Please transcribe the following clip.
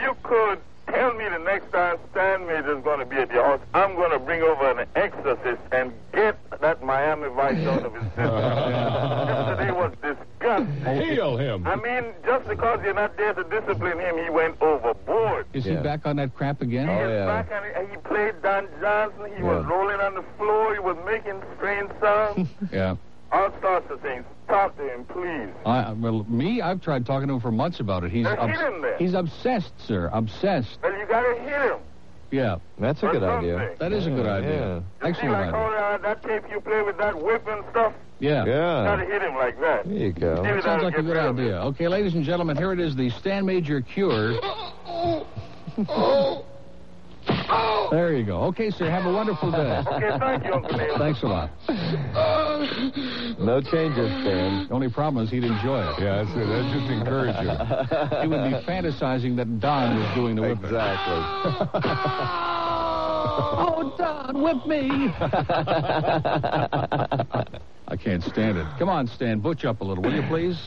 you could tell me the next time Stan Major's going to be at your house, I'm going to bring over an exorcist and get that Miami Vice out of his system. Yesterday was disgusting. Heal him. I mean, just because you're not there to discipline him, he went overboard. Is Yeah. he back on that crap again? He Oh, is yeah. back on it, and he played Don Johnson. He was Yeah. rolling on the floor. He was making strange sounds. Yeah. All sorts of things. Talk to him, please. I, well, me, I've tried talking to him for months about it. He's Now hit him there. he's obsessed, sir. Obsessed. Well, you gotta hit him. Yeah. That's a Or good idea. something. That is a good Yeah, idea. You see, Excellent like all idea. that, that tape you play with that whip and stuff, Yeah. Yeah. yeah. gotta hit him like that. There you go. Maybe Sounds that'll like a get good rid of idea. it. Okay, ladies and gentlemen, here it is the Stan Major Cure. there you go. Okay, sir, have a wonderful day. Okay, thank you, Uncle Neil. Thanks a lot. No changes, Stan. The only problem is he'd enjoy it. Yeah, that's it. That just encourages. He would be fantasizing that Don was doing the whipping. Exactly. Oh, Don, whip me! I can't stand it. Come on, Stan, butch up a little, will you, please?